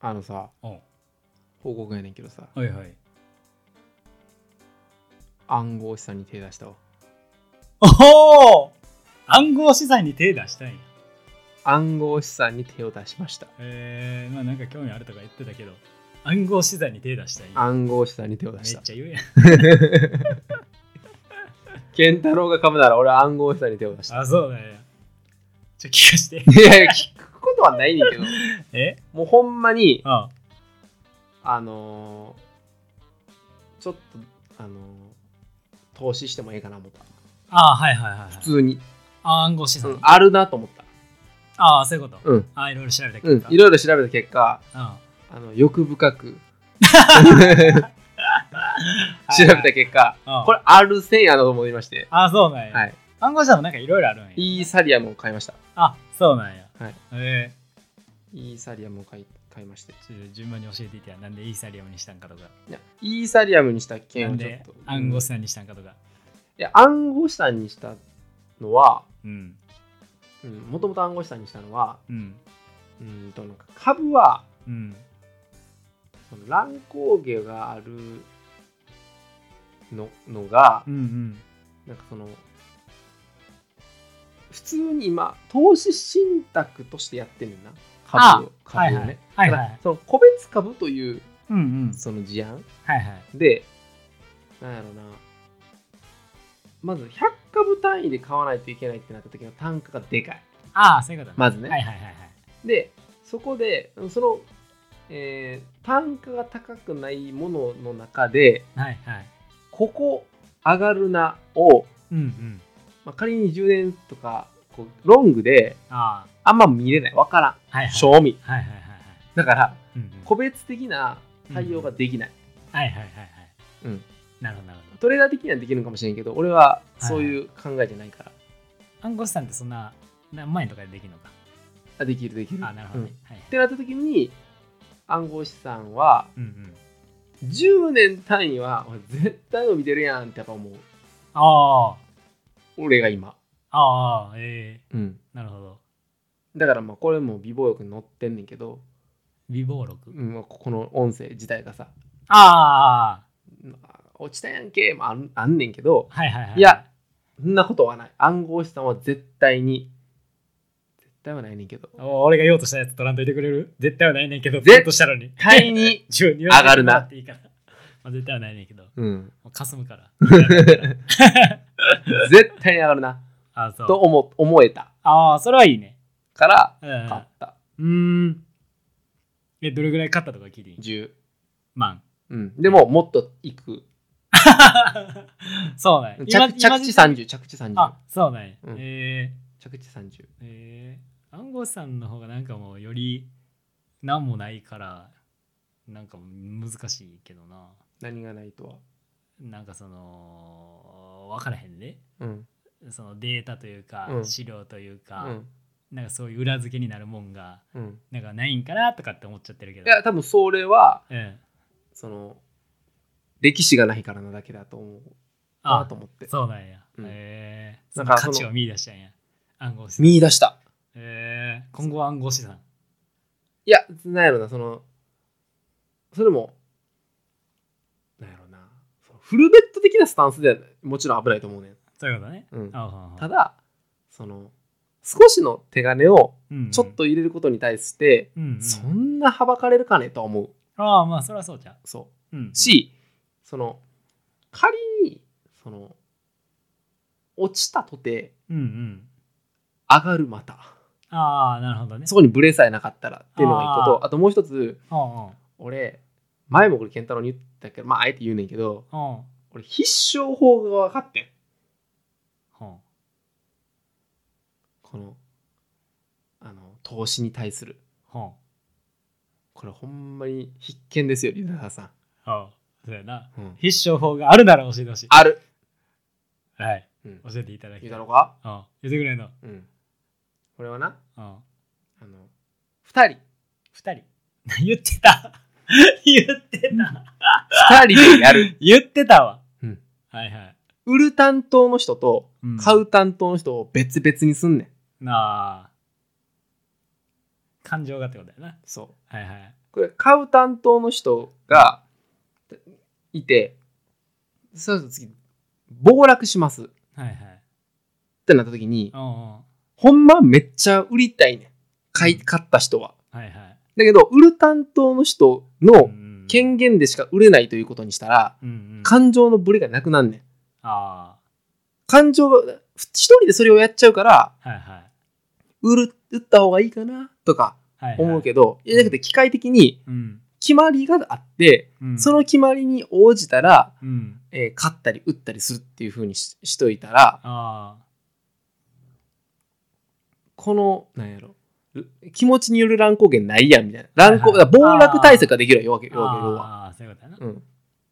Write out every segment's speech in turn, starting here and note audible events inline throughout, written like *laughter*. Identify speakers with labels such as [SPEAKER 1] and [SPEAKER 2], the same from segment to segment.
[SPEAKER 1] あのさ
[SPEAKER 2] お
[SPEAKER 1] 報告やねんけどさ
[SPEAKER 2] はいはい。
[SPEAKER 1] 暗号資産に手出したわ
[SPEAKER 2] おお暗号資産に手出したいんや。
[SPEAKER 1] 暗号資産に手を出しました
[SPEAKER 2] えー、まあなんか興味あるとか言ってたけど、暗号資産に手出したいんや。
[SPEAKER 1] 暗号資産に手を
[SPEAKER 2] め
[SPEAKER 1] 出
[SPEAKER 2] っ
[SPEAKER 1] し
[SPEAKER 2] ち
[SPEAKER 1] た
[SPEAKER 2] ゃ言うやん。
[SPEAKER 1] 健太郎が噛むなら俺は暗号資産に手を出した
[SPEAKER 2] あ、そうだよ。ちょ、聞かして。
[SPEAKER 1] *laughs* いやいや *laughs* 聞くことはないねんけど
[SPEAKER 2] え
[SPEAKER 1] もうほんまに
[SPEAKER 2] あ
[SPEAKER 1] あのーちょっとあのー投資してもええかな思った
[SPEAKER 2] あ、はいはいはい、はい。
[SPEAKER 1] 普通に、
[SPEAKER 2] あ暗号資
[SPEAKER 1] う
[SPEAKER 2] 産。
[SPEAKER 1] んあるなと思った
[SPEAKER 2] ああ、そういうこと。
[SPEAKER 1] うん
[SPEAKER 2] ああ、いろいろ調べた
[SPEAKER 1] う
[SPEAKER 2] 結
[SPEAKER 1] ん
[SPEAKER 2] 果。
[SPEAKER 1] いろいろ調べた結果
[SPEAKER 2] うん
[SPEAKER 1] あの欲深 *laughs* く調べた結果
[SPEAKER 2] あ
[SPEAKER 1] これあるせんやなと思いまして
[SPEAKER 2] あ、そうなんや。
[SPEAKER 1] はい
[SPEAKER 2] 暗号資産もなんかいろいろあるんや。
[SPEAKER 1] イーサリアムを買いました
[SPEAKER 2] あ、そうなんや。
[SPEAKER 1] はい。
[SPEAKER 2] え
[SPEAKER 1] イーサリアムを買い買いまして
[SPEAKER 2] ー、ちょっと順番に教えていってや。なんでイーサリアムにしたんかとか。
[SPEAKER 1] いやイーサリアムにした
[SPEAKER 2] な
[SPEAKER 1] 件を
[SPEAKER 2] ん
[SPEAKER 1] ちょっ
[SPEAKER 2] で
[SPEAKER 1] と
[SPEAKER 2] 暗号資
[SPEAKER 1] 産、
[SPEAKER 2] 産にしたんかとか。
[SPEAKER 1] うんいや暗号資産にしたのは
[SPEAKER 2] うん。
[SPEAKER 1] もともと暗号資産にしたのは
[SPEAKER 2] うん。
[SPEAKER 1] うんとなんか株は
[SPEAKER 2] うん。
[SPEAKER 1] その乱高下があるののが
[SPEAKER 2] うんうん。
[SPEAKER 1] なんかその普通に今投資信託としてやってるんな株を株
[SPEAKER 2] はい
[SPEAKER 1] を
[SPEAKER 2] は
[SPEAKER 1] ね
[SPEAKER 2] い。はい
[SPEAKER 1] だ
[SPEAKER 2] は
[SPEAKER 1] から
[SPEAKER 2] い。
[SPEAKER 1] その個別株という
[SPEAKER 2] うんうん。
[SPEAKER 1] その事案
[SPEAKER 2] はいはい。
[SPEAKER 1] で、なんやろな、まず100株単位で買わないといけないってなった時の単価がでかい。
[SPEAKER 2] ああ、そういうこと、
[SPEAKER 1] まずね
[SPEAKER 2] はいはいはいはい。
[SPEAKER 1] で、そこで、その、えー単価が高くないものの中で、
[SPEAKER 2] はいはい。
[SPEAKER 1] ここ上がるなを、
[SPEAKER 2] うんうん。
[SPEAKER 1] まあ、仮に10年とかこう、ロングで
[SPEAKER 2] あ
[SPEAKER 1] あんま見れない。わからん。
[SPEAKER 2] あ、はいはい。
[SPEAKER 1] 賞味。
[SPEAKER 2] はいはいはいはい。
[SPEAKER 1] だから、
[SPEAKER 2] うんうん。
[SPEAKER 1] 個別的な対応ができない。
[SPEAKER 2] はいはいはいはい。
[SPEAKER 1] うん。
[SPEAKER 2] なるほどなるほど。
[SPEAKER 1] トレーダー的にはできるのかもしれんけど、俺はそういう考えじゃないから。
[SPEAKER 2] 暗号資産ってそんな何万円とかでできるのか。
[SPEAKER 1] あできるできる。
[SPEAKER 2] あなるほど
[SPEAKER 1] う
[SPEAKER 2] ね
[SPEAKER 1] ん。
[SPEAKER 2] はいはい
[SPEAKER 1] っ。てなった時に暗号資産は
[SPEAKER 2] うんうん。
[SPEAKER 1] 10年単位は俺絶対伸びてるやんってやっぱ思う
[SPEAKER 2] あ
[SPEAKER 1] 俺が今、
[SPEAKER 2] あ、ああ、え
[SPEAKER 1] うん、
[SPEAKER 2] えなるほど。
[SPEAKER 1] だからまあこれも美貌録に載ってんねんけど、
[SPEAKER 2] 微暴録。
[SPEAKER 1] うん、まあここの音声自体がさ
[SPEAKER 2] ああ、
[SPEAKER 1] 「落ちたやんけ」もあんあんねんけど
[SPEAKER 2] はいはいはい。
[SPEAKER 1] いや、そんなことはない暗号資産は絶対に絶対はないねんけど
[SPEAKER 2] お俺が言おうとしたやつ取らんといてくれる絶対はないねんけど、
[SPEAKER 1] 絶
[SPEAKER 2] 言おうとしたのに。
[SPEAKER 1] 絶対に
[SPEAKER 2] *laughs* 自分に言
[SPEAKER 1] 上がるな
[SPEAKER 2] わせてもらっていいからまあ、絶対はないねんけど、も
[SPEAKER 1] *laughs* うん
[SPEAKER 2] うかすむから。
[SPEAKER 1] 絶対に上がるな
[SPEAKER 2] ああ、そ
[SPEAKER 1] と
[SPEAKER 2] う。
[SPEAKER 1] 思思えた
[SPEAKER 2] ああ、それはいいね。
[SPEAKER 1] から
[SPEAKER 2] うん
[SPEAKER 1] 買った
[SPEAKER 2] うん。うーん。え、どれぐらい買ったとか聞いていい
[SPEAKER 1] 10
[SPEAKER 2] 万。
[SPEAKER 1] うんでももっといく
[SPEAKER 2] *laughs* そうなんや今
[SPEAKER 1] 着着地
[SPEAKER 2] 今
[SPEAKER 1] 30着地30
[SPEAKER 2] あ、そうなんや。
[SPEAKER 1] うん
[SPEAKER 2] え
[SPEAKER 1] 着地30
[SPEAKER 2] ー、えー、暗号資産の方がなんかもうより何もないから、なんか難しいけどな。
[SPEAKER 1] 何がないとは
[SPEAKER 2] なんかその、分からへんね。
[SPEAKER 1] うん
[SPEAKER 2] そのデータというか
[SPEAKER 1] う、ん
[SPEAKER 2] 資料という
[SPEAKER 1] う
[SPEAKER 2] か、
[SPEAKER 1] ん
[SPEAKER 2] なんかそういう裏付けになるもんが、
[SPEAKER 1] うん
[SPEAKER 2] なんかないんかなとかって思っちゃってるけ
[SPEAKER 1] い
[SPEAKER 2] ど。
[SPEAKER 1] や多分それは
[SPEAKER 2] うん。
[SPEAKER 1] その歴史がないからなだけだと思うなと思って
[SPEAKER 2] そうなんや。
[SPEAKER 1] うん
[SPEAKER 2] え
[SPEAKER 1] な
[SPEAKER 2] ー、そ
[SPEAKER 1] ん
[SPEAKER 2] の
[SPEAKER 1] か
[SPEAKER 2] 価値
[SPEAKER 1] その
[SPEAKER 2] を見出したんや。暗号資産。
[SPEAKER 1] 見出した
[SPEAKER 2] えー、今後は暗号資産。
[SPEAKER 1] いやなんやろなそのそれもなんやろなそのフルベッド的なスタンスではもちろん危ないと思うねん、
[SPEAKER 2] そういうことね。
[SPEAKER 1] うん、
[SPEAKER 2] ああ
[SPEAKER 1] ただその少しの手金をちょっ、と入れることに対して、
[SPEAKER 2] うんうんうんうん
[SPEAKER 1] そんなはばかれるかねとは思う
[SPEAKER 2] ああ、まあ、そりゃそうじゃん。
[SPEAKER 1] そう
[SPEAKER 2] うん、
[SPEAKER 1] し、その、仮に、その、落ちたとて、
[SPEAKER 2] うんうん。
[SPEAKER 1] 上がるまた。
[SPEAKER 2] ああ、なるほどね。
[SPEAKER 1] そこにブレさえなかったらっていうのが一個と、あともう一つ、
[SPEAKER 2] う。うん
[SPEAKER 1] 俺、前もこれ健太郎に言ったけど、まあ、あえて言うねんけど、
[SPEAKER 2] うん。うん
[SPEAKER 1] 俺、必勝法が分かってん。
[SPEAKER 2] うん。
[SPEAKER 1] この、あの、投資に対する。
[SPEAKER 2] うん。
[SPEAKER 1] これ、ほんまに必見ですよ、リーダーさ
[SPEAKER 2] ああ、そうやな。
[SPEAKER 1] ん。うん、
[SPEAKER 2] 必勝法があるなら教えてほしい。
[SPEAKER 1] ある。
[SPEAKER 2] はい。
[SPEAKER 1] うん。
[SPEAKER 2] 教えていただきた
[SPEAKER 1] 言。
[SPEAKER 2] いう
[SPEAKER 1] だろうか
[SPEAKER 2] うん。言ってくれんの。
[SPEAKER 1] うん。これはな、
[SPEAKER 2] うん。
[SPEAKER 1] あの、二人、
[SPEAKER 2] 二人。言ってた。言ってた。
[SPEAKER 1] 二人でやる。
[SPEAKER 2] 言ってたわ。
[SPEAKER 1] うん。
[SPEAKER 2] はいはい。
[SPEAKER 1] 売る担当の人と
[SPEAKER 2] うん
[SPEAKER 1] 買う担当の人を別々にすんねん。
[SPEAKER 2] なあ。感情がってことやな。
[SPEAKER 1] そう
[SPEAKER 2] はいはい。
[SPEAKER 1] これ買う担当の人がいてそろそろ次暴落しますっ
[SPEAKER 2] はいはい。
[SPEAKER 1] てなった時に
[SPEAKER 2] おうお
[SPEAKER 1] ほんまめっちゃ売りたいねん買い
[SPEAKER 2] うん
[SPEAKER 1] 買った人は
[SPEAKER 2] うはいはい。
[SPEAKER 1] だけど売る担当の人の権
[SPEAKER 2] 限
[SPEAKER 1] 限でしか売れないということにしたら
[SPEAKER 2] うんうん、
[SPEAKER 1] 感情のブレがなくなんねん
[SPEAKER 2] あ
[SPEAKER 1] 感情がふ一人でそれをやっちゃうから
[SPEAKER 2] あ、はいはい。
[SPEAKER 1] 売る売った方がいいかなとか
[SPEAKER 2] はいはい、
[SPEAKER 1] 思うけどいやだけど機械的に
[SPEAKER 2] うん
[SPEAKER 1] 決まりがあって
[SPEAKER 2] うん、
[SPEAKER 1] その決まりに応じたら
[SPEAKER 2] うん、
[SPEAKER 1] えー勝ったり打ったりするっていう風にししといたら
[SPEAKER 2] あ
[SPEAKER 1] このなんやろう気持ちによる乱高下ないやんみたいな乱高
[SPEAKER 2] はいはい
[SPEAKER 1] 暴落対策ができるよ要は要
[SPEAKER 2] ー
[SPEAKER 1] は要は、
[SPEAKER 2] あーそういうことやな、
[SPEAKER 1] うん、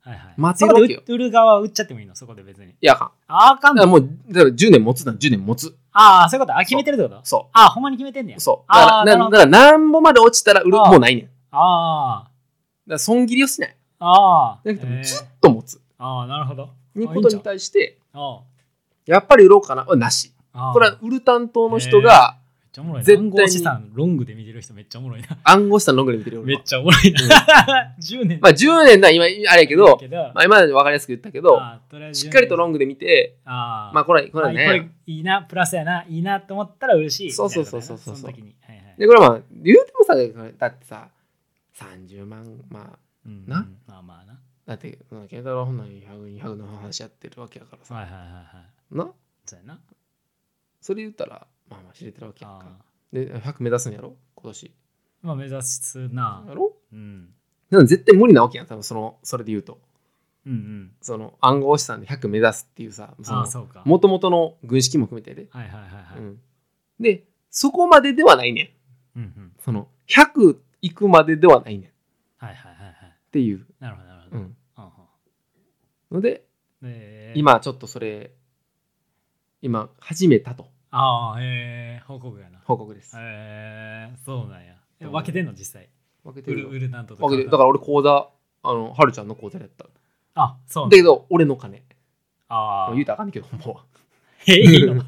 [SPEAKER 2] はいはい
[SPEAKER 1] 待て
[SPEAKER 2] そ
[SPEAKER 1] る
[SPEAKER 2] こ
[SPEAKER 1] わけ
[SPEAKER 2] で
[SPEAKER 1] よ
[SPEAKER 2] 売売る側は売っちゃってもいいのそこで別に
[SPEAKER 1] いやあかん
[SPEAKER 2] あーあかん
[SPEAKER 1] だ
[SPEAKER 2] の
[SPEAKER 1] からもうだから10年持つなら10年持つ
[SPEAKER 2] ああそういうことあ決めてるってこと
[SPEAKER 1] そ
[SPEAKER 2] ああほんまに決めてんねや
[SPEAKER 1] うそうだ
[SPEAKER 2] あ
[SPEAKER 1] から
[SPEAKER 2] あなる
[SPEAKER 1] な
[SPEAKER 2] ほ
[SPEAKER 1] だ
[SPEAKER 2] ど
[SPEAKER 1] からなんぼまで落ちたら売る
[SPEAKER 2] あー
[SPEAKER 1] もうないねんだか
[SPEAKER 2] あ
[SPEAKER 1] ら損切りをしない
[SPEAKER 2] あああ
[SPEAKER 1] だけど
[SPEAKER 2] えー
[SPEAKER 1] ずっと持つ
[SPEAKER 2] ああなるほど
[SPEAKER 1] いう
[SPEAKER 2] あ
[SPEAKER 1] こと
[SPEAKER 2] いいん
[SPEAKER 1] に
[SPEAKER 2] ちゃう
[SPEAKER 1] 対して
[SPEAKER 2] あ
[SPEAKER 1] やっぱり売ろうかなはなし
[SPEAKER 2] あああ
[SPEAKER 1] これは売る担当の人が
[SPEAKER 2] めっちゃおもろいな
[SPEAKER 1] 絶対に
[SPEAKER 2] 暗号資産ロングで見てる人めっちゃおもろいな
[SPEAKER 1] 暗号資産のぐらい見てるよ
[SPEAKER 2] め
[SPEAKER 1] 俺は
[SPEAKER 2] っちゃおもろいな10年
[SPEAKER 1] まあ10年なら今あれやけど
[SPEAKER 2] けど
[SPEAKER 1] まあ今まで分かりやすく言ったけど
[SPEAKER 2] あーとりあえず
[SPEAKER 1] しっかりと
[SPEAKER 2] 10年
[SPEAKER 1] ロングで見て
[SPEAKER 2] ああ
[SPEAKER 1] まあこれこれは
[SPEAKER 2] あこれ
[SPEAKER 1] ね。
[SPEAKER 2] いいなプラスやないいなと思ったら嬉しい
[SPEAKER 1] そうそう
[SPEAKER 2] みたいなことやな
[SPEAKER 1] そうそうそうそう
[SPEAKER 2] その時にはいはい
[SPEAKER 1] でこれはまあ言うてもさだってさ30万まあ
[SPEAKER 2] うん
[SPEAKER 1] な
[SPEAKER 2] うんまあまあな
[SPEAKER 1] だってうん健太郎ほんなら100200の話やってるわけやからさ、
[SPEAKER 2] はいはいはいはい
[SPEAKER 1] な
[SPEAKER 2] そうやな
[SPEAKER 1] それ言ったらまあまあ知れてるわけやん
[SPEAKER 2] あ
[SPEAKER 1] か
[SPEAKER 2] あ
[SPEAKER 1] で100目指すんやろ今年
[SPEAKER 2] まあ目指すな
[SPEAKER 1] やろ
[SPEAKER 2] うん
[SPEAKER 1] でも絶対無理なわけやん多分そのそれで言うと
[SPEAKER 2] うんうん
[SPEAKER 1] その暗号資産で100目指すっていうさ
[SPEAKER 2] ああ
[SPEAKER 1] そ
[SPEAKER 2] そうか
[SPEAKER 1] もともとの軍資金も含めてで、
[SPEAKER 2] はいはいはいはいううん
[SPEAKER 1] ん、でそこまでではないねん
[SPEAKER 2] うん
[SPEAKER 1] その100いくまでではないねんっ
[SPEAKER 2] はいはいはいはい
[SPEAKER 1] ていう、
[SPEAKER 2] なるほどなるほ
[SPEAKER 1] う
[SPEAKER 2] ど
[SPEAKER 1] ん、
[SPEAKER 2] うん
[SPEAKER 1] ので
[SPEAKER 2] うんで
[SPEAKER 1] 今ちょっとそれ今始めたと
[SPEAKER 2] ああええ報告やな
[SPEAKER 1] 報告です。
[SPEAKER 2] ええそうなんやえ
[SPEAKER 1] うん
[SPEAKER 2] 分けてんの実際
[SPEAKER 1] 分けて
[SPEAKER 2] 売
[SPEAKER 1] る
[SPEAKER 2] る売るなんとと
[SPEAKER 1] 分けてるだから俺講座あのはるちゃんの講座でやった。だ
[SPEAKER 2] あそうなん
[SPEAKER 1] けど俺の金
[SPEAKER 2] ああ
[SPEAKER 1] 言うたらあかんねんけどほんまは
[SPEAKER 2] え *laughs* いいの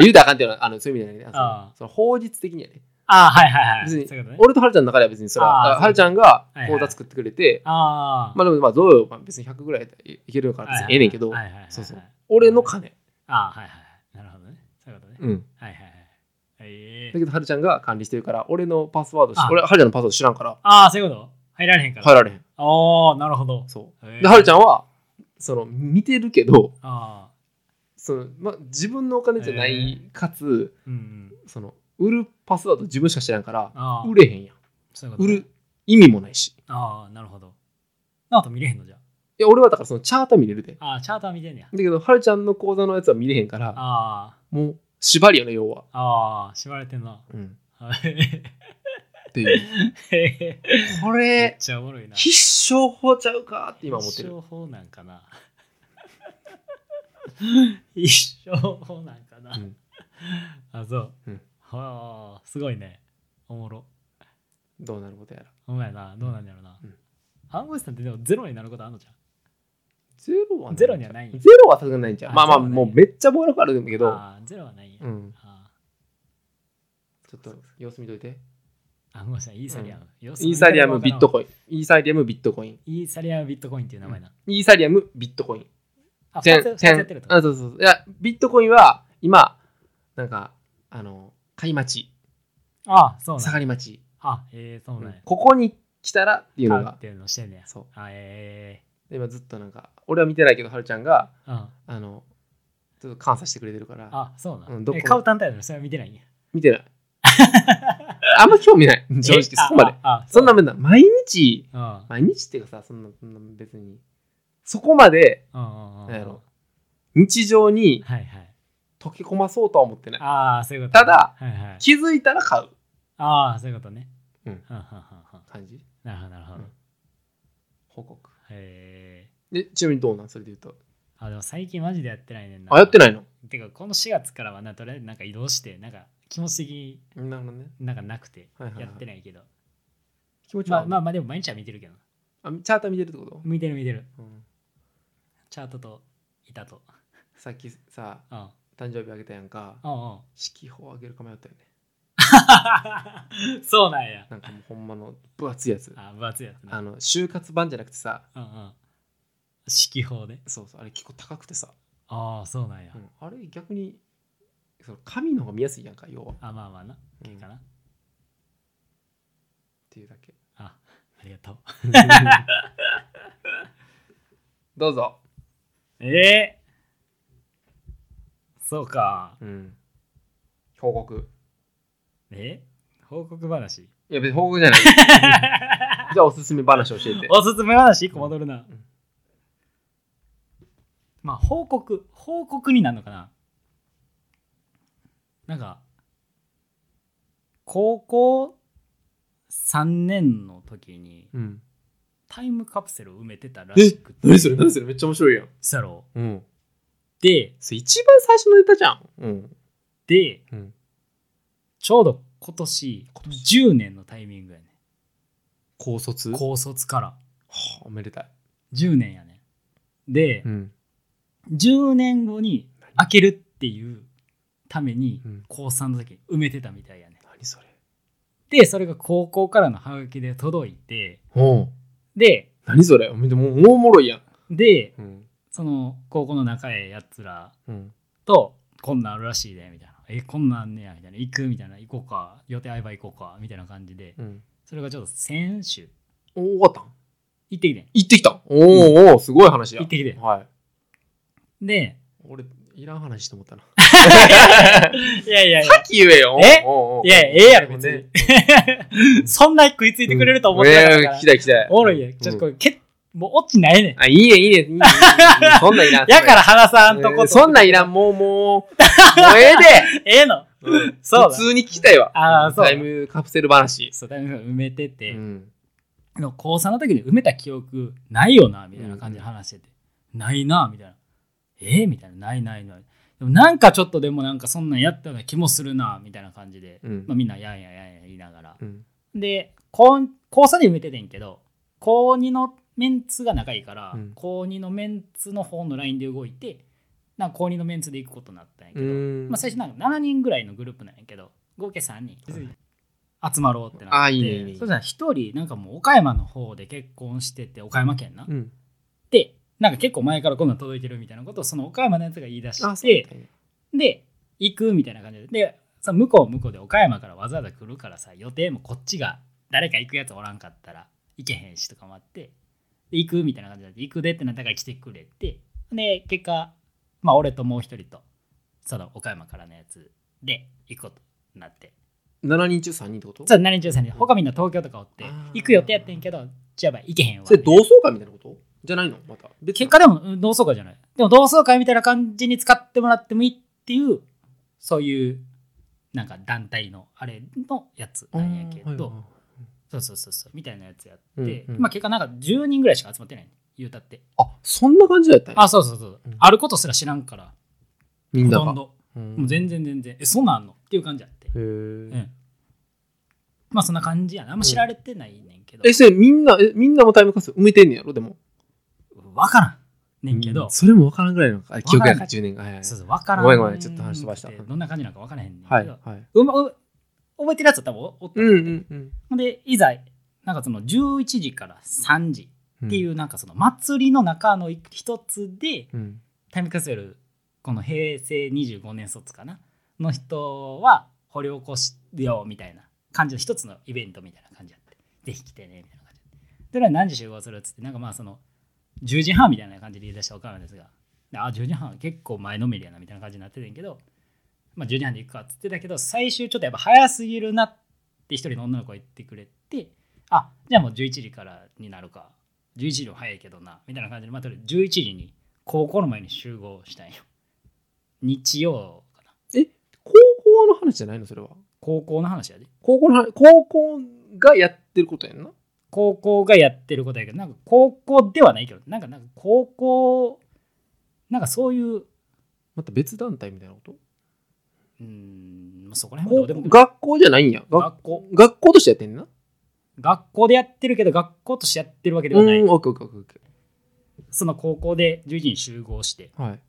[SPEAKER 1] 言うたらあかんっていうのはあのそういう意味じゃないね
[SPEAKER 2] あ
[SPEAKER 1] あのその法律的にはね
[SPEAKER 2] ああはいはいはい
[SPEAKER 1] 別
[SPEAKER 2] そう
[SPEAKER 1] に
[SPEAKER 2] いうことね
[SPEAKER 1] 俺とはるちゃんの中では別にそれ
[SPEAKER 2] あー
[SPEAKER 1] は
[SPEAKER 2] そう
[SPEAKER 1] はるちゃんが
[SPEAKER 2] はいは
[SPEAKER 1] 講
[SPEAKER 2] い
[SPEAKER 1] 座作ってくれて
[SPEAKER 2] ああ
[SPEAKER 1] まあでもまあどうよまあ別に100ぐらいいけるから別にええねんけど
[SPEAKER 2] はいはいはいはい
[SPEAKER 1] そうそう俺の金
[SPEAKER 2] ああはいはいはいなるほどねそういうことね
[SPEAKER 1] うん
[SPEAKER 2] はいはいはいえ
[SPEAKER 1] だ
[SPEAKER 2] え
[SPEAKER 1] けどはるちゃんが管理してるから俺のパスワードし
[SPEAKER 2] あ
[SPEAKER 1] 俺はるちゃんのパスワード知らんから
[SPEAKER 2] ああそういうこと入られへんから
[SPEAKER 1] 入られへん
[SPEAKER 2] ああなるほど
[SPEAKER 1] そう
[SPEAKER 2] ええ
[SPEAKER 1] で、はるちゃんは、その、見てるけど、
[SPEAKER 2] ああ
[SPEAKER 1] その、ま、自分のお金じゃない、かつ、
[SPEAKER 2] うんうん
[SPEAKER 1] その、売るパスワード自分しか知らんから、
[SPEAKER 2] ああ
[SPEAKER 1] 売れへんやん。
[SPEAKER 2] そういうこ
[SPEAKER 1] 売
[SPEAKER 2] とね
[SPEAKER 1] る意味もないし。
[SPEAKER 2] ああなるほどあと見れへんのじゃ
[SPEAKER 1] いや、俺はだからその、チャート見れるで。だ
[SPEAKER 2] ああーチャーター見てんねや
[SPEAKER 1] けど、はるちゃんの口座のやつは見れへんから、
[SPEAKER 2] あ
[SPEAKER 1] もう、縛りよね、要は。
[SPEAKER 2] あああ縛られてんな *laughs*
[SPEAKER 1] うん。
[SPEAKER 2] はい
[SPEAKER 1] っていう。こ
[SPEAKER 2] めっ
[SPEAKER 1] れ、
[SPEAKER 2] ちゃおもろいな
[SPEAKER 1] 必勝法ちゃうかって今思って
[SPEAKER 2] 一
[SPEAKER 1] る。
[SPEAKER 2] 生法なん
[SPEAKER 1] *laughs*
[SPEAKER 2] かな一生法なんかな、
[SPEAKER 1] うん
[SPEAKER 2] あそう、
[SPEAKER 1] うん
[SPEAKER 2] はあすごいねおもろ
[SPEAKER 1] どうなることやら。
[SPEAKER 2] お前などうなんやろな、
[SPEAKER 1] うん
[SPEAKER 2] 暗号資産ってでもゼロになることあんのじゃん
[SPEAKER 1] ゼロは
[SPEAKER 2] ゼロにはないんや
[SPEAKER 1] ゼロはさすがにないんちゃう。
[SPEAKER 2] あ
[SPEAKER 1] まあまあ、
[SPEAKER 2] ゼロはない
[SPEAKER 1] もうめっちゃ暴力あるんだけど、
[SPEAKER 2] あーゼロはないんや、
[SPEAKER 1] うん。
[SPEAKER 2] あ
[SPEAKER 1] ちょっと様子見といて。
[SPEAKER 2] ー暗号資産イーサリアム、イ
[SPEAKER 1] イーサリアム、ビット
[SPEAKER 2] コ
[SPEAKER 1] コイン。イーサリアム、ビットコイン。
[SPEAKER 2] インイーサリアムビットコインっていう名前な、
[SPEAKER 1] イーサリアム、ビットコイン。
[SPEAKER 2] あ
[SPEAKER 1] チェ
[SPEAKER 2] 二
[SPEAKER 1] ン
[SPEAKER 2] つ二つ
[SPEAKER 1] チェン
[SPEAKER 2] やってるってこと
[SPEAKER 1] あ、そうそうそう。いや、ビットコインは今、なんか、あの、買い待ち、
[SPEAKER 2] ああそうなん
[SPEAKER 1] 下
[SPEAKER 2] や
[SPEAKER 1] がり待ち。
[SPEAKER 2] あえー、そうなんや、
[SPEAKER 1] ここに来たらっていうの
[SPEAKER 2] 買うっ
[SPEAKER 1] が。
[SPEAKER 2] ていうのしてんねや
[SPEAKER 1] そう
[SPEAKER 2] あえ
[SPEAKER 1] で今ずっとなんか、俺は見てないけど、はるちゃんが、
[SPEAKER 2] ー、うん
[SPEAKER 1] あの、ちょっと監査してくれてるから、
[SPEAKER 2] あそうなん、
[SPEAKER 1] うんどこ
[SPEAKER 2] え買う単体なのそれは見てないんや
[SPEAKER 1] 見
[SPEAKER 2] *laughs*
[SPEAKER 1] てない。あんま興味ない。正直、
[SPEAKER 2] え
[SPEAKER 1] そこまで。
[SPEAKER 2] あああ
[SPEAKER 1] そんな面だ。毎日、
[SPEAKER 2] うん
[SPEAKER 1] 毎日っていうかさ、そんな、そんな別に。そこまで
[SPEAKER 2] うんうんうんうん
[SPEAKER 1] なんやろ日常に
[SPEAKER 2] はいはい
[SPEAKER 1] 溶け込まそうとは思ってない。
[SPEAKER 2] ああそういうこと
[SPEAKER 1] ただ
[SPEAKER 2] はいはい
[SPEAKER 1] 気づいたら買う
[SPEAKER 2] ああそういうことね
[SPEAKER 1] うん
[SPEAKER 2] はんはんはんはん
[SPEAKER 1] 感じ。
[SPEAKER 2] なるほどなるほ
[SPEAKER 1] う
[SPEAKER 2] ど
[SPEAKER 1] ん報告。
[SPEAKER 2] へえ
[SPEAKER 1] で、ちなみにどうなんそれで言うと。
[SPEAKER 2] あでも最近マジでやってないねんな
[SPEAKER 1] あ、やってないの
[SPEAKER 2] いてかこの4月からはなとりあえずなんか移動してなんか気持ち的に
[SPEAKER 1] なるほどね。
[SPEAKER 2] なんかなくて
[SPEAKER 1] はいはいはい
[SPEAKER 2] やってないけど
[SPEAKER 1] 気持ち
[SPEAKER 2] まあ
[SPEAKER 1] は、
[SPEAKER 2] ま
[SPEAKER 1] ま
[SPEAKER 2] あまあでも毎日は見てるけど
[SPEAKER 1] あ、チャート見てるってこと、
[SPEAKER 2] 見てる見てる
[SPEAKER 1] うん
[SPEAKER 2] チャートと板と
[SPEAKER 1] さっきさ、
[SPEAKER 2] うんうん *laughs*
[SPEAKER 1] 誕生日あげたやんか。
[SPEAKER 2] うん
[SPEAKER 1] 四季報あげるか迷ったよね。
[SPEAKER 2] そうなんや。
[SPEAKER 1] なんかもうほんまの分厚いやつ
[SPEAKER 2] あ、分厚いやつ
[SPEAKER 1] あ
[SPEAKER 2] な。
[SPEAKER 1] の就活版じゃなくてさ
[SPEAKER 2] うんうん。指揮法で。
[SPEAKER 1] そうそうあれ結構高くてさ、
[SPEAKER 2] ああ、そうなんや。
[SPEAKER 1] うんあれ逆にその紙の方が見やすいやんか要は、
[SPEAKER 2] あ、まあまあな。
[SPEAKER 1] うん
[SPEAKER 2] いい
[SPEAKER 1] っ
[SPEAKER 2] かな。
[SPEAKER 1] ていうだけ
[SPEAKER 2] あ、ありがとう。
[SPEAKER 1] どうぞ、
[SPEAKER 2] ええそうか。
[SPEAKER 1] うん、報告
[SPEAKER 2] え報告話。
[SPEAKER 1] いや別に報告じゃ
[SPEAKER 2] *laughs*
[SPEAKER 1] ないじゃあおすすめ話教えて
[SPEAKER 2] おすすめ話一個戻るな。
[SPEAKER 1] うん
[SPEAKER 2] まあ報告報告になるのかななんか高校3年の時に
[SPEAKER 1] うん
[SPEAKER 2] タイムカプセルを埋めてたらしくて
[SPEAKER 1] 何それ何それめっちゃ面白いやん
[SPEAKER 2] そうやろ
[SPEAKER 1] うん
[SPEAKER 2] で
[SPEAKER 1] それ一番最初のネタじゃんうん
[SPEAKER 2] で
[SPEAKER 1] うん
[SPEAKER 2] ちょうど今年
[SPEAKER 1] 今年
[SPEAKER 2] 10年のタイミングやね
[SPEAKER 1] 高卒
[SPEAKER 2] 高卒から
[SPEAKER 1] はあおめでたい
[SPEAKER 2] 10年やねで、
[SPEAKER 1] ん
[SPEAKER 2] 10年後に開けるっていうために
[SPEAKER 1] うん
[SPEAKER 2] 高3の時埋めてたみたいやね
[SPEAKER 1] 何それ
[SPEAKER 2] でそれが高校からのハガキで届いて
[SPEAKER 1] うん
[SPEAKER 2] で
[SPEAKER 1] 何それおめでもうおもろいやん
[SPEAKER 2] で
[SPEAKER 1] うん
[SPEAKER 2] その高校の仲ええやつら
[SPEAKER 1] うん
[SPEAKER 2] とこんなんあるらしいでみたいなえこんなんあんねやみたいな行くみたいな行こうか予定合えば行こうかみたいな感じで
[SPEAKER 1] うん
[SPEAKER 2] それがちょっと先週
[SPEAKER 1] お終わったん
[SPEAKER 2] 行ってきてん
[SPEAKER 1] 行ってきたんおーおーすごい話や
[SPEAKER 2] 行ってきてん
[SPEAKER 1] はい
[SPEAKER 2] で
[SPEAKER 1] 俺いらん話して思ったなさ
[SPEAKER 2] いやいやい
[SPEAKER 1] っき言えよ
[SPEAKER 2] え
[SPEAKER 1] おうおうおう
[SPEAKER 2] いやええやろ別に *laughs*
[SPEAKER 1] ね
[SPEAKER 2] や *laughs* そんな食いついてくれると思ってなかった
[SPEAKER 1] うんえ
[SPEAKER 2] か
[SPEAKER 1] え
[SPEAKER 2] ら
[SPEAKER 1] 聞きたい聞きたい
[SPEAKER 2] おもろいやちょっとこ
[SPEAKER 1] うん
[SPEAKER 2] れけもうオチないねん
[SPEAKER 1] *laughs* あいいねいいねいいねいいね
[SPEAKER 2] *laughs*
[SPEAKER 1] そんなんいらん
[SPEAKER 2] やから話さんとこ
[SPEAKER 1] えー
[SPEAKER 2] と
[SPEAKER 1] そんなんいらんもうもうもうええ
[SPEAKER 2] ええの
[SPEAKER 1] で
[SPEAKER 2] *laughs* そうだ
[SPEAKER 1] 普通に聞きたいわ
[SPEAKER 2] あーそう
[SPEAKER 1] タ
[SPEAKER 2] だ
[SPEAKER 1] イムカプセル話
[SPEAKER 2] そうだいぶ埋めてて、
[SPEAKER 1] うん
[SPEAKER 2] でも高3の時に埋めた記憶ないよなみたいな感じで話してて、ないなみたいなえみたいなないないないでもなんかちょっとでもなんかそんなんやったような気もするなみたいな感じで、
[SPEAKER 1] うん
[SPEAKER 2] まあ、みんなやんやんやんやん言いながら
[SPEAKER 1] うん
[SPEAKER 2] で高高3で埋めててんけど高2のメンツが仲いいから、
[SPEAKER 1] うん
[SPEAKER 2] 高2のメンツの方のラインで動いてなんか高2のメンツで行くことになったんやけど、
[SPEAKER 1] うん
[SPEAKER 2] まあ、最初なんか7人ぐらいのグループなんやけど合計3人集まろうってなって
[SPEAKER 1] あーいいねいいね
[SPEAKER 2] そしたら一人なんかもう岡山の方で結婚してて岡山県な、
[SPEAKER 1] うん
[SPEAKER 2] でなんか結構前からこんなん届いてるみたいなことをその岡山のやつが言い出
[SPEAKER 1] あ
[SPEAKER 2] し
[SPEAKER 1] そう
[SPEAKER 2] て
[SPEAKER 1] だね
[SPEAKER 2] で行くみたいな感じででその向こうは向こうで岡山からわざわざ来るからさ予定もこっちが誰か行くやつおらんかったら行けへんしとかもあってで行くみたいな感じで行くでってなったから来てくれてで結果まあ俺ともう一人とその岡山からのやつで行くことになって
[SPEAKER 1] 7人中3人ってこと
[SPEAKER 2] そう7人中3人他みんな東京とかおって
[SPEAKER 1] あー
[SPEAKER 2] 行く予定やってんけどじゃあば行けへんわ
[SPEAKER 1] それ同窓会みたいなことじゃないのまた別な
[SPEAKER 2] 結果でもうん同窓会じゃないでも同窓会みたいな感じに使ってもらってもいいっていうそういうなんか団体のあれのやつなんやけ
[SPEAKER 1] あー
[SPEAKER 2] ど、
[SPEAKER 1] はいはい
[SPEAKER 2] そうそうそうそうみたいなやつやって、
[SPEAKER 1] うんうん
[SPEAKER 2] まあ結果なんか10人ぐらいしか集まってないね言うたって
[SPEAKER 1] あそんな感じだったんや
[SPEAKER 2] あそうそうそう、
[SPEAKER 1] うん
[SPEAKER 2] あることすら知らんから
[SPEAKER 1] み
[SPEAKER 2] ほ
[SPEAKER 1] んな
[SPEAKER 2] と
[SPEAKER 1] が
[SPEAKER 2] んども
[SPEAKER 1] も
[SPEAKER 2] う全然全然えそんなんあんのっていう感じやって、
[SPEAKER 1] へ
[SPEAKER 2] う
[SPEAKER 1] ー
[SPEAKER 2] んまあそんな感じやなあんま知られてないねんけど、
[SPEAKER 1] えそれみんなえみんなもタイムカプセル埋めてんねやろでも
[SPEAKER 2] 分からんねんけど、
[SPEAKER 1] うんそれも分からんぐらいのあ記憶や
[SPEAKER 2] わからん
[SPEAKER 1] な10年がはいはい
[SPEAKER 2] そうそう分からん
[SPEAKER 1] ごめんごめんちょっと話飛ばした
[SPEAKER 2] くてどんな感じなのか分からへんねんけど、
[SPEAKER 1] はいはい
[SPEAKER 2] うんまう覚えてるやつは多分おった
[SPEAKER 1] うんうんうん
[SPEAKER 2] ほんでいざなんかその11時から3時っていううなんかその祭りの中の一つで
[SPEAKER 1] んうん
[SPEAKER 2] タイムカプセルこの平成25年卒かなの人は掘り起こしようみたいな感じの一つのイベントみたいな感じやってぜひ来てねみたいな感じでは何時集合するっつってなんかまあその10時半みたいな感じで言い出したら分かるんですがであ10時半結構前のめりやなみたいな感じになっててんけど、まあ、10時半で行くかっつってたけど最終ちょっとやっぱ早すぎるなって一人の女の子が言ってくれてあじゃあもう11時からになるか11時でも早いけどなみたいな感じでまた11時に高校の前に集合したんよ日曜かな
[SPEAKER 1] 高校の話じゃないのそれは
[SPEAKER 2] 高校の話やで
[SPEAKER 1] 高校の話高校がやってることやんな
[SPEAKER 2] 高校がやってることやけどなんか高校ではないけどなんかなんか高校なんかそういう
[SPEAKER 1] また別団体みたいなこと
[SPEAKER 2] うーんまあそこら辺はど
[SPEAKER 1] こ
[SPEAKER 2] うでも
[SPEAKER 1] う学校じゃないんやが
[SPEAKER 2] 学校
[SPEAKER 1] 学校としてやってんな
[SPEAKER 2] 学校でやってるけど学校としてやってるわけで
[SPEAKER 1] う
[SPEAKER 2] はない
[SPEAKER 1] んオッケーオッケーオッケーオッケ
[SPEAKER 2] その高校で10時に集合して
[SPEAKER 1] ーはい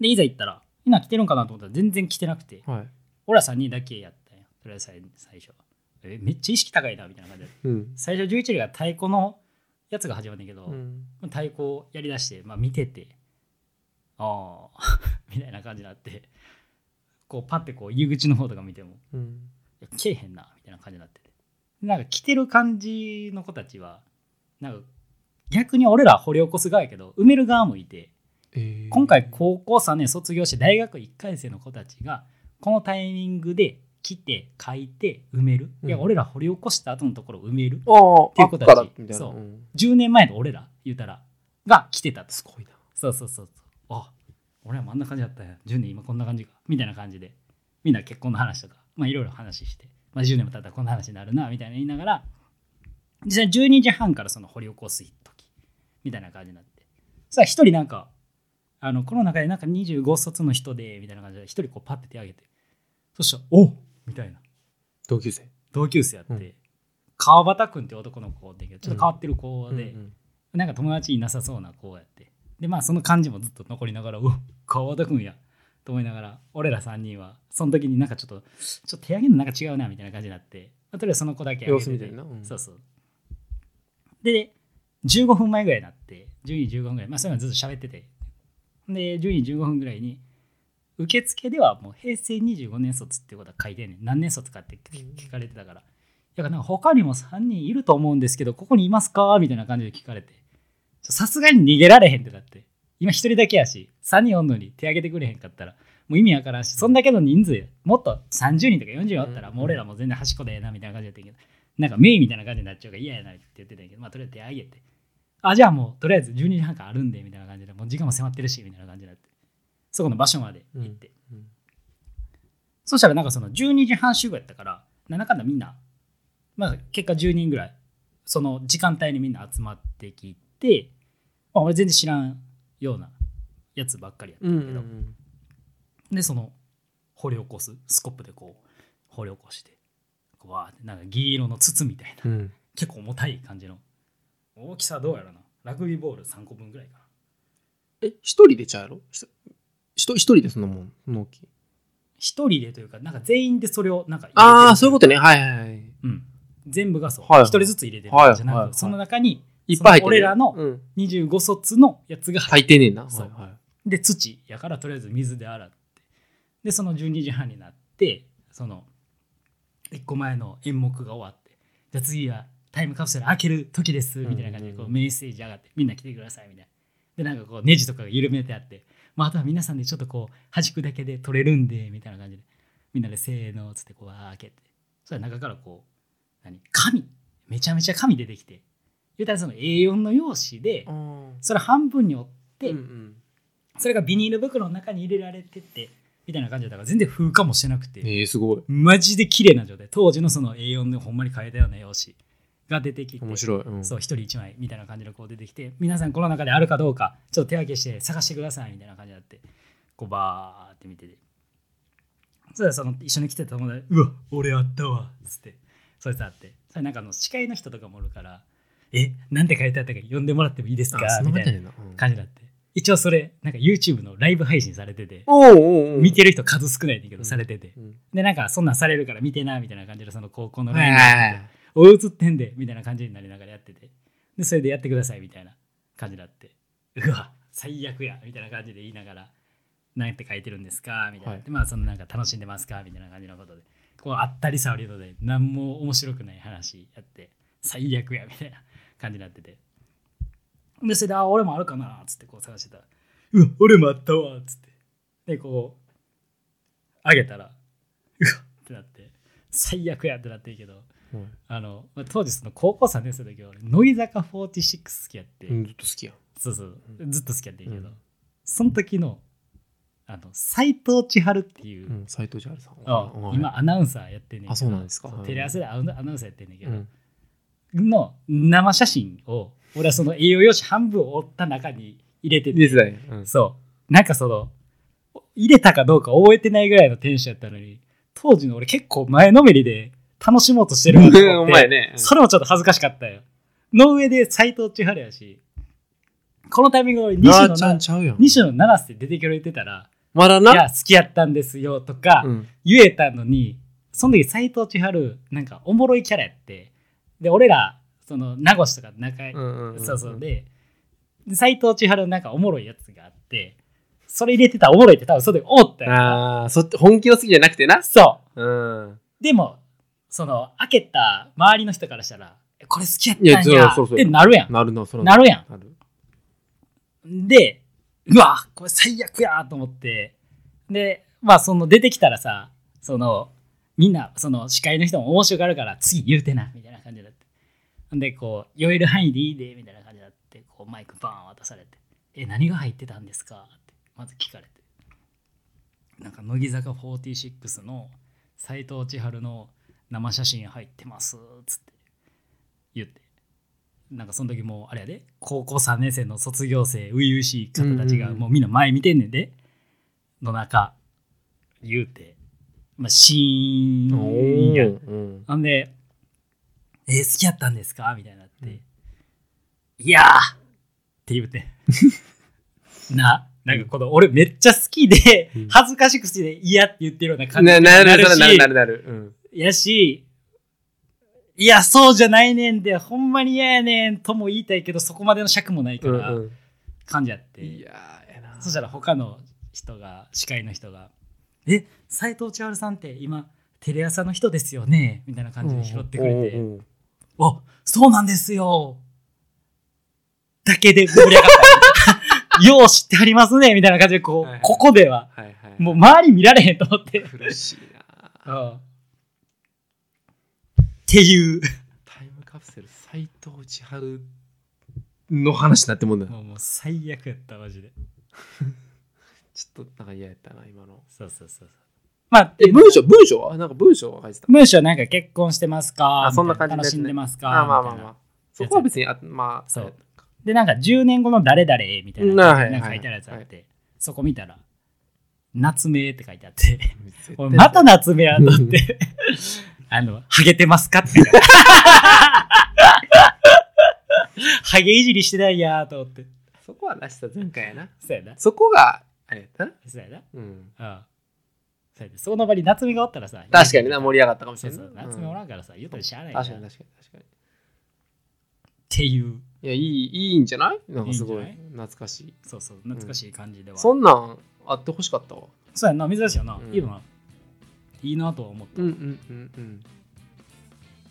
[SPEAKER 2] でいざ行ったらみんな来てるんかなと思ったら全然来てなくて
[SPEAKER 1] はい
[SPEAKER 2] 俺ら3人だけやったんよとりあえず最最初えめっちゃ意識高いなみたいな感じで
[SPEAKER 1] うん。
[SPEAKER 2] 最初11人が太鼓のやつが始まるんだけど、
[SPEAKER 1] うん。
[SPEAKER 2] 太鼓をやりだして、まあ、見ててああ *laughs* みたいな感じになってこうパッてこう入り口の方とか見ても
[SPEAKER 1] うん。
[SPEAKER 2] いや来えへんなみたいな感じになっててなんか来てる感じの子たちはなんか逆に俺ら掘り起こす側やけど埋める側もいて
[SPEAKER 1] えー
[SPEAKER 2] 今回、高校3年卒業して大学1回生の子たちがこのタイミングで来て書いて埋める、いや
[SPEAKER 1] うん
[SPEAKER 2] 俺ら掘り起こした後のところを埋める
[SPEAKER 1] ああ、
[SPEAKER 2] ていう子たち
[SPEAKER 1] あっからみたいな。
[SPEAKER 2] そうん10年前の俺ら言うたらが来てたと
[SPEAKER 1] すごいな。
[SPEAKER 2] そうそうそうそうあ俺らもあんな感じだったんや10年今こんな感じかみたいな感じでみんな結婚の話とかまあいろいろ話して、まあ、10年も経ったらこんな話になるなみたいな言いながら実際12時半からその掘り起こす時みたいな感じになってさあ一人なんかあのこの中でなんか25卒の人でみたいな感じで一人こうパッて手挙げてそしたら「おうみたいな
[SPEAKER 1] 同級生。
[SPEAKER 2] 同級生やって、
[SPEAKER 1] うん
[SPEAKER 2] 川端君って男の子だけどちょっと変わってる子で、
[SPEAKER 1] うんうん
[SPEAKER 2] なんか友達いなさそうな子やって。で、まあその感じもずっと残りながら、うわ川端君や。と思いながら、俺ら3人は、その時になんかちょっと、ちょっと手上げるのなんか違うなみたいな感じになって、まあ、とりあえずその子だけ上
[SPEAKER 1] 様
[SPEAKER 2] げ
[SPEAKER 1] 子
[SPEAKER 2] て
[SPEAKER 1] 見
[SPEAKER 2] て
[SPEAKER 1] てるな。うん
[SPEAKER 2] そうそう。で、15分前ぐらいになって、10時15分ぐらい、まあそういうのずっと喋ってて。で、10時15分ぐらいに、受付ではもう平成25年卒ってことは書いてんねん。何年卒かって
[SPEAKER 1] うん
[SPEAKER 2] 聞かれてたから。だからなんか他にも3人いると思うんですけど、ここにいますかみたいな感じで聞かれて。ちょさすがに逃げられへんってだって。今一人だけやし、3人おんのに手挙げてくれへんかったら、もう意味わからんし、そんだけの人数や、もっと30人とか40人あったら、
[SPEAKER 1] うん
[SPEAKER 2] もう俺らも全然端っこでええなみたいな感じだったけど、なんかメインみたいな感じになっちゃうから嫌やなって言ってたんやけど、まあとりあえず手挙げて。あ、じゃあもうとりあえず12時半からあるんで、みたいな感じで、もう時間も迫ってるし、みたいな感じになって。そこの場所まで行って。
[SPEAKER 1] うん
[SPEAKER 2] そしたらなんかその12時半集合やったから、なんだかんだみんな、まあ結果10人ぐらい、その時間帯にみんな集まってきて、まあ俺全然知らんようなやつばっかりやった
[SPEAKER 1] うんん
[SPEAKER 2] だ
[SPEAKER 1] う
[SPEAKER 2] け
[SPEAKER 1] ん
[SPEAKER 2] ど、
[SPEAKER 1] うん。
[SPEAKER 2] でその掘り起こすスコップでこう掘り起こしてこうわーってなんか銀色の筒みたいな
[SPEAKER 1] うん。
[SPEAKER 2] 結構重たい感じの大きさどうやらなラグビーボール3個分ぐらいかな
[SPEAKER 1] え、一人でちゃうやろひとひと一人でそんなもん、納期。
[SPEAKER 2] 一人でというかなんか全員でそれをなんか入れてる
[SPEAKER 1] ああ、そういうことね。はいはいはい。
[SPEAKER 2] うん全部がそう一、
[SPEAKER 1] はいはい
[SPEAKER 2] 人ずつ入れてる
[SPEAKER 1] はい
[SPEAKER 2] じゃなく、
[SPEAKER 1] はいはい
[SPEAKER 2] その中に
[SPEAKER 1] いっぱい入ってる。
[SPEAKER 2] その俺らの
[SPEAKER 1] うん。
[SPEAKER 2] 25卒のやつが入
[SPEAKER 1] 入ってねえな。
[SPEAKER 2] そう
[SPEAKER 1] はいはい。
[SPEAKER 2] で土やからとりあえず水で洗ってでその12時半になってその1個前の演目が終わってじゃあ次はタイムカプセル開ける時ですみたいな感じで
[SPEAKER 1] うんうんうん
[SPEAKER 2] こうメッセージ上がってみんな来てくださいみたいなでなんかこうネジとかが緩めてあって、まあ、あとは皆さんでちょっとこう端くだけで取れるんでみたいな感じでみんなでせーのっつってこうわー開けてそしたら中からこう何紙めちゃめちゃ紙出てきて言うたらその A4 の用紙でそれ半分に折って、
[SPEAKER 1] うんうん
[SPEAKER 2] それがビニール袋の中に入れられててみたいな感じだったから全然風化もしてなくて、
[SPEAKER 1] えー、すごい。
[SPEAKER 2] マジで綺麗な状態当時のその A4 のほんまに変えたような用紙が出てきて
[SPEAKER 1] 面白い。うん
[SPEAKER 2] そう一人一枚みたいな感じの子出てきて皆さんこの中であるかどうかちょっと手分けして探してくださいみたいな感じになってこうバーって見ててそしたらその一緒に来てた友達「うわ俺あったわ」っつってそいつあってそれなんかあの司会の人とかもおるから「えなんて書いてあったか呼んでもらってもいいですか?」
[SPEAKER 1] あそん
[SPEAKER 2] み
[SPEAKER 1] な
[SPEAKER 2] た
[SPEAKER 1] こ
[SPEAKER 2] い
[SPEAKER 1] とやね
[SPEAKER 2] な
[SPEAKER 1] んなうん
[SPEAKER 2] 感じになって一応それなんか YouTube のライブ配信されてて
[SPEAKER 1] おうおうおう
[SPEAKER 2] 見てる人数少ないんだけ
[SPEAKER 1] う
[SPEAKER 2] ど
[SPEAKER 1] ん
[SPEAKER 2] されてて
[SPEAKER 1] うん
[SPEAKER 2] でなんかそんなんされるから見てなみたいな感じでその高校の
[SPEAKER 1] は
[SPEAKER 2] ラ
[SPEAKER 1] い
[SPEAKER 2] イ
[SPEAKER 1] は
[SPEAKER 2] ブ
[SPEAKER 1] いはい
[SPEAKER 2] おい映ってんでみたいな感じになりながらやっててでそれでやってくださいみたいな感じになってうわ最悪やみたいな感じで言いながら何て書いてるんですかみたいな、
[SPEAKER 1] はい
[SPEAKER 2] でまあそのなんか楽しんでますかみたいな感じのことでこうあったり触りので何も面白くない話やって最悪やみたいな感じになっててでそれであ俺もあるかなっつってこう探してたらうわ俺もあったわっつってでこうあげたらうわってなって最悪やってなってるけど
[SPEAKER 1] はい
[SPEAKER 2] あの、まあ、当時その高校3年生の時は俺乃木坂46好きやって、
[SPEAKER 1] うんずっと好きやん。
[SPEAKER 2] そうそう
[SPEAKER 1] う
[SPEAKER 2] ずっと好きやってんけど、
[SPEAKER 1] うん
[SPEAKER 2] その時のあの斎藤千春っていう、
[SPEAKER 1] うん、斎藤千春さん。
[SPEAKER 2] あ
[SPEAKER 1] はい
[SPEAKER 2] 今アナウンサーやってんねんけど
[SPEAKER 1] あそうなんですか
[SPEAKER 2] そう
[SPEAKER 1] はい
[SPEAKER 2] テレ朝でアナアナウンサーやってんねんけ
[SPEAKER 1] う
[SPEAKER 2] ど、
[SPEAKER 1] ん
[SPEAKER 2] の生写真を俺はその栄養用紙半分折った中に入れてて
[SPEAKER 1] ですね。うん
[SPEAKER 2] そう。なんかその、入れたかどうか覚えてないぐらいのテンションやったのに、当時の俺結構前のめりで楽しもうとしてるなと思っ
[SPEAKER 1] *laughs*
[SPEAKER 2] て
[SPEAKER 1] お前ねうん
[SPEAKER 2] それもちょっと恥ずかしかったよ。の上で斎藤千春やし、このタイミングで俺西
[SPEAKER 1] あ
[SPEAKER 2] 野
[SPEAKER 1] ーちゃん
[SPEAKER 2] な
[SPEAKER 1] ちゃうやん。
[SPEAKER 2] 西野七瀬出てくれてたら、
[SPEAKER 1] まだ
[SPEAKER 2] い
[SPEAKER 1] な。
[SPEAKER 2] や、好きやったんですよとか
[SPEAKER 1] うん
[SPEAKER 2] 言えたのに、その時斎藤千春なんかおもろいキャラやってで俺らその名越とか仲い、
[SPEAKER 1] うんうんんん
[SPEAKER 2] そうそうで斎藤千春なんかおもろいやつがあってそれ入れてたらおもろいって多分その時思ったよ
[SPEAKER 1] ああそっち本気の好きじゃなくてな
[SPEAKER 2] そう
[SPEAKER 1] うん
[SPEAKER 2] でもその開けた周りの人からしたらえこれ好きやった
[SPEAKER 1] いやそ
[SPEAKER 2] ん
[SPEAKER 1] う
[SPEAKER 2] や
[SPEAKER 1] そうそう
[SPEAKER 2] ってなるや
[SPEAKER 1] なるのその
[SPEAKER 2] んなるやん
[SPEAKER 1] なる
[SPEAKER 2] で、うわ、これ最悪やと思って、で、まあ、その出てきたらさ、その、みんな、その司会の人も面白がるから、次言うてな、みたいな感じだって。んで、こう、酔える範囲でいいで、みたいな感じだって、こう、マイクバーン渡されて、え、何が入ってたんですかって、まず聞かれて。なんか、乃木坂46の斎藤千春の生写真入ってます、つって、言って。なんかその時もうあれやで高校3年生の卒業生初々しい方たち
[SPEAKER 1] うん
[SPEAKER 2] が
[SPEAKER 1] うんうん
[SPEAKER 2] もうみんな前見てんねんでの中言うてまあシーンやん
[SPEAKER 1] うん
[SPEAKER 2] ほんで「えー好きやったんですか?」みたいになって「
[SPEAKER 1] うん
[SPEAKER 2] いやー!」って言うて *laughs* ななんかこの俺めっちゃ好きで
[SPEAKER 1] うん
[SPEAKER 2] 恥ずかしくして嫌って言ってるような感じ
[SPEAKER 1] な
[SPEAKER 2] に
[SPEAKER 1] な
[SPEAKER 2] な
[SPEAKER 1] る
[SPEAKER 2] る
[SPEAKER 1] それなる
[SPEAKER 2] し
[SPEAKER 1] なるなるうん
[SPEAKER 2] やし、いや、そうじゃないねんで、ほんまに嫌やねんとも言いたいけど、そこまでの尺もないか
[SPEAKER 1] うん
[SPEAKER 2] ら、
[SPEAKER 1] うん
[SPEAKER 2] 感じやって。
[SPEAKER 1] いやーええな
[SPEAKER 2] そしたら他の人が、司会の人が、え、斎藤千春さんって今、テレ朝の人ですよねみたいな感じで拾ってくれて、
[SPEAKER 1] うんうんうん
[SPEAKER 2] あ、そうなんですよだけで盛り上がった。 *laughs* よう知ってはりますねみたいな感じで、こ、
[SPEAKER 1] はいはいう
[SPEAKER 2] ここでは、
[SPEAKER 1] はいはい
[SPEAKER 2] もう周り見られへんと思って。
[SPEAKER 1] 苦しいな
[SPEAKER 2] っていう。
[SPEAKER 1] タイムカプセル斎藤千春の話になってもんだよ
[SPEAKER 2] もうもう最悪やったマジで
[SPEAKER 1] ちょっとなんか嫌やったな今の
[SPEAKER 2] そうそうそうそうまあ
[SPEAKER 1] え文章文章はなんか文章は書いてた
[SPEAKER 2] 文章なんか結婚してますか
[SPEAKER 1] あそんな感じの
[SPEAKER 2] み
[SPEAKER 1] や
[SPEAKER 2] たい
[SPEAKER 1] つね
[SPEAKER 2] 楽しんでますか
[SPEAKER 1] あまあまあ
[SPEAKER 2] みたい
[SPEAKER 1] ま
[SPEAKER 2] な
[SPEAKER 1] あそこは別にあまあ
[SPEAKER 2] そうでなんか10年後の誰々へみたいな
[SPEAKER 1] なはい
[SPEAKER 2] なんか書いてあるやつあってそこ見たら夏目って書いて
[SPEAKER 1] *laughs*
[SPEAKER 2] あって
[SPEAKER 1] 絶対
[SPEAKER 2] 俺また夏目やと思って
[SPEAKER 1] *laughs*
[SPEAKER 2] あのハゲてますかって書いてあるハゲいじりしてないやーと思って
[SPEAKER 1] そこは出した前回やな
[SPEAKER 2] そうやな
[SPEAKER 1] そこがあれやったな
[SPEAKER 2] そうやな
[SPEAKER 1] うん
[SPEAKER 2] うんそうやでその場に夏目がおったらさ
[SPEAKER 1] 確かにな盛り上がったかもし
[SPEAKER 2] そう
[SPEAKER 1] れん
[SPEAKER 2] そ、
[SPEAKER 1] ないう
[SPEAKER 2] 夏目おらんからさ、言うたらしゃあないな
[SPEAKER 1] 確かに
[SPEAKER 2] っ
[SPEAKER 1] 確かに確かに
[SPEAKER 2] ていう、
[SPEAKER 1] いやいいいいんじゃないなんかすごい
[SPEAKER 2] いいんじ
[SPEAKER 1] 懐かしい
[SPEAKER 2] そうそう、懐かしい感じでは。
[SPEAKER 1] そんなんあってほしかったわ
[SPEAKER 2] そうやんな、珍しいよな、
[SPEAKER 1] うん
[SPEAKER 2] いいよな。いいなとは思った。
[SPEAKER 1] うんうんうんうん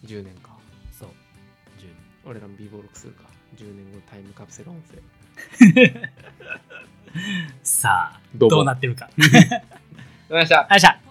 [SPEAKER 1] 10年か
[SPEAKER 2] そう、十分
[SPEAKER 1] 俺らの B56 するか10年後のタイムカプセル音声
[SPEAKER 2] さあ、
[SPEAKER 1] どうも
[SPEAKER 2] どうなってるか。
[SPEAKER 1] わかりました
[SPEAKER 2] あいしゃ。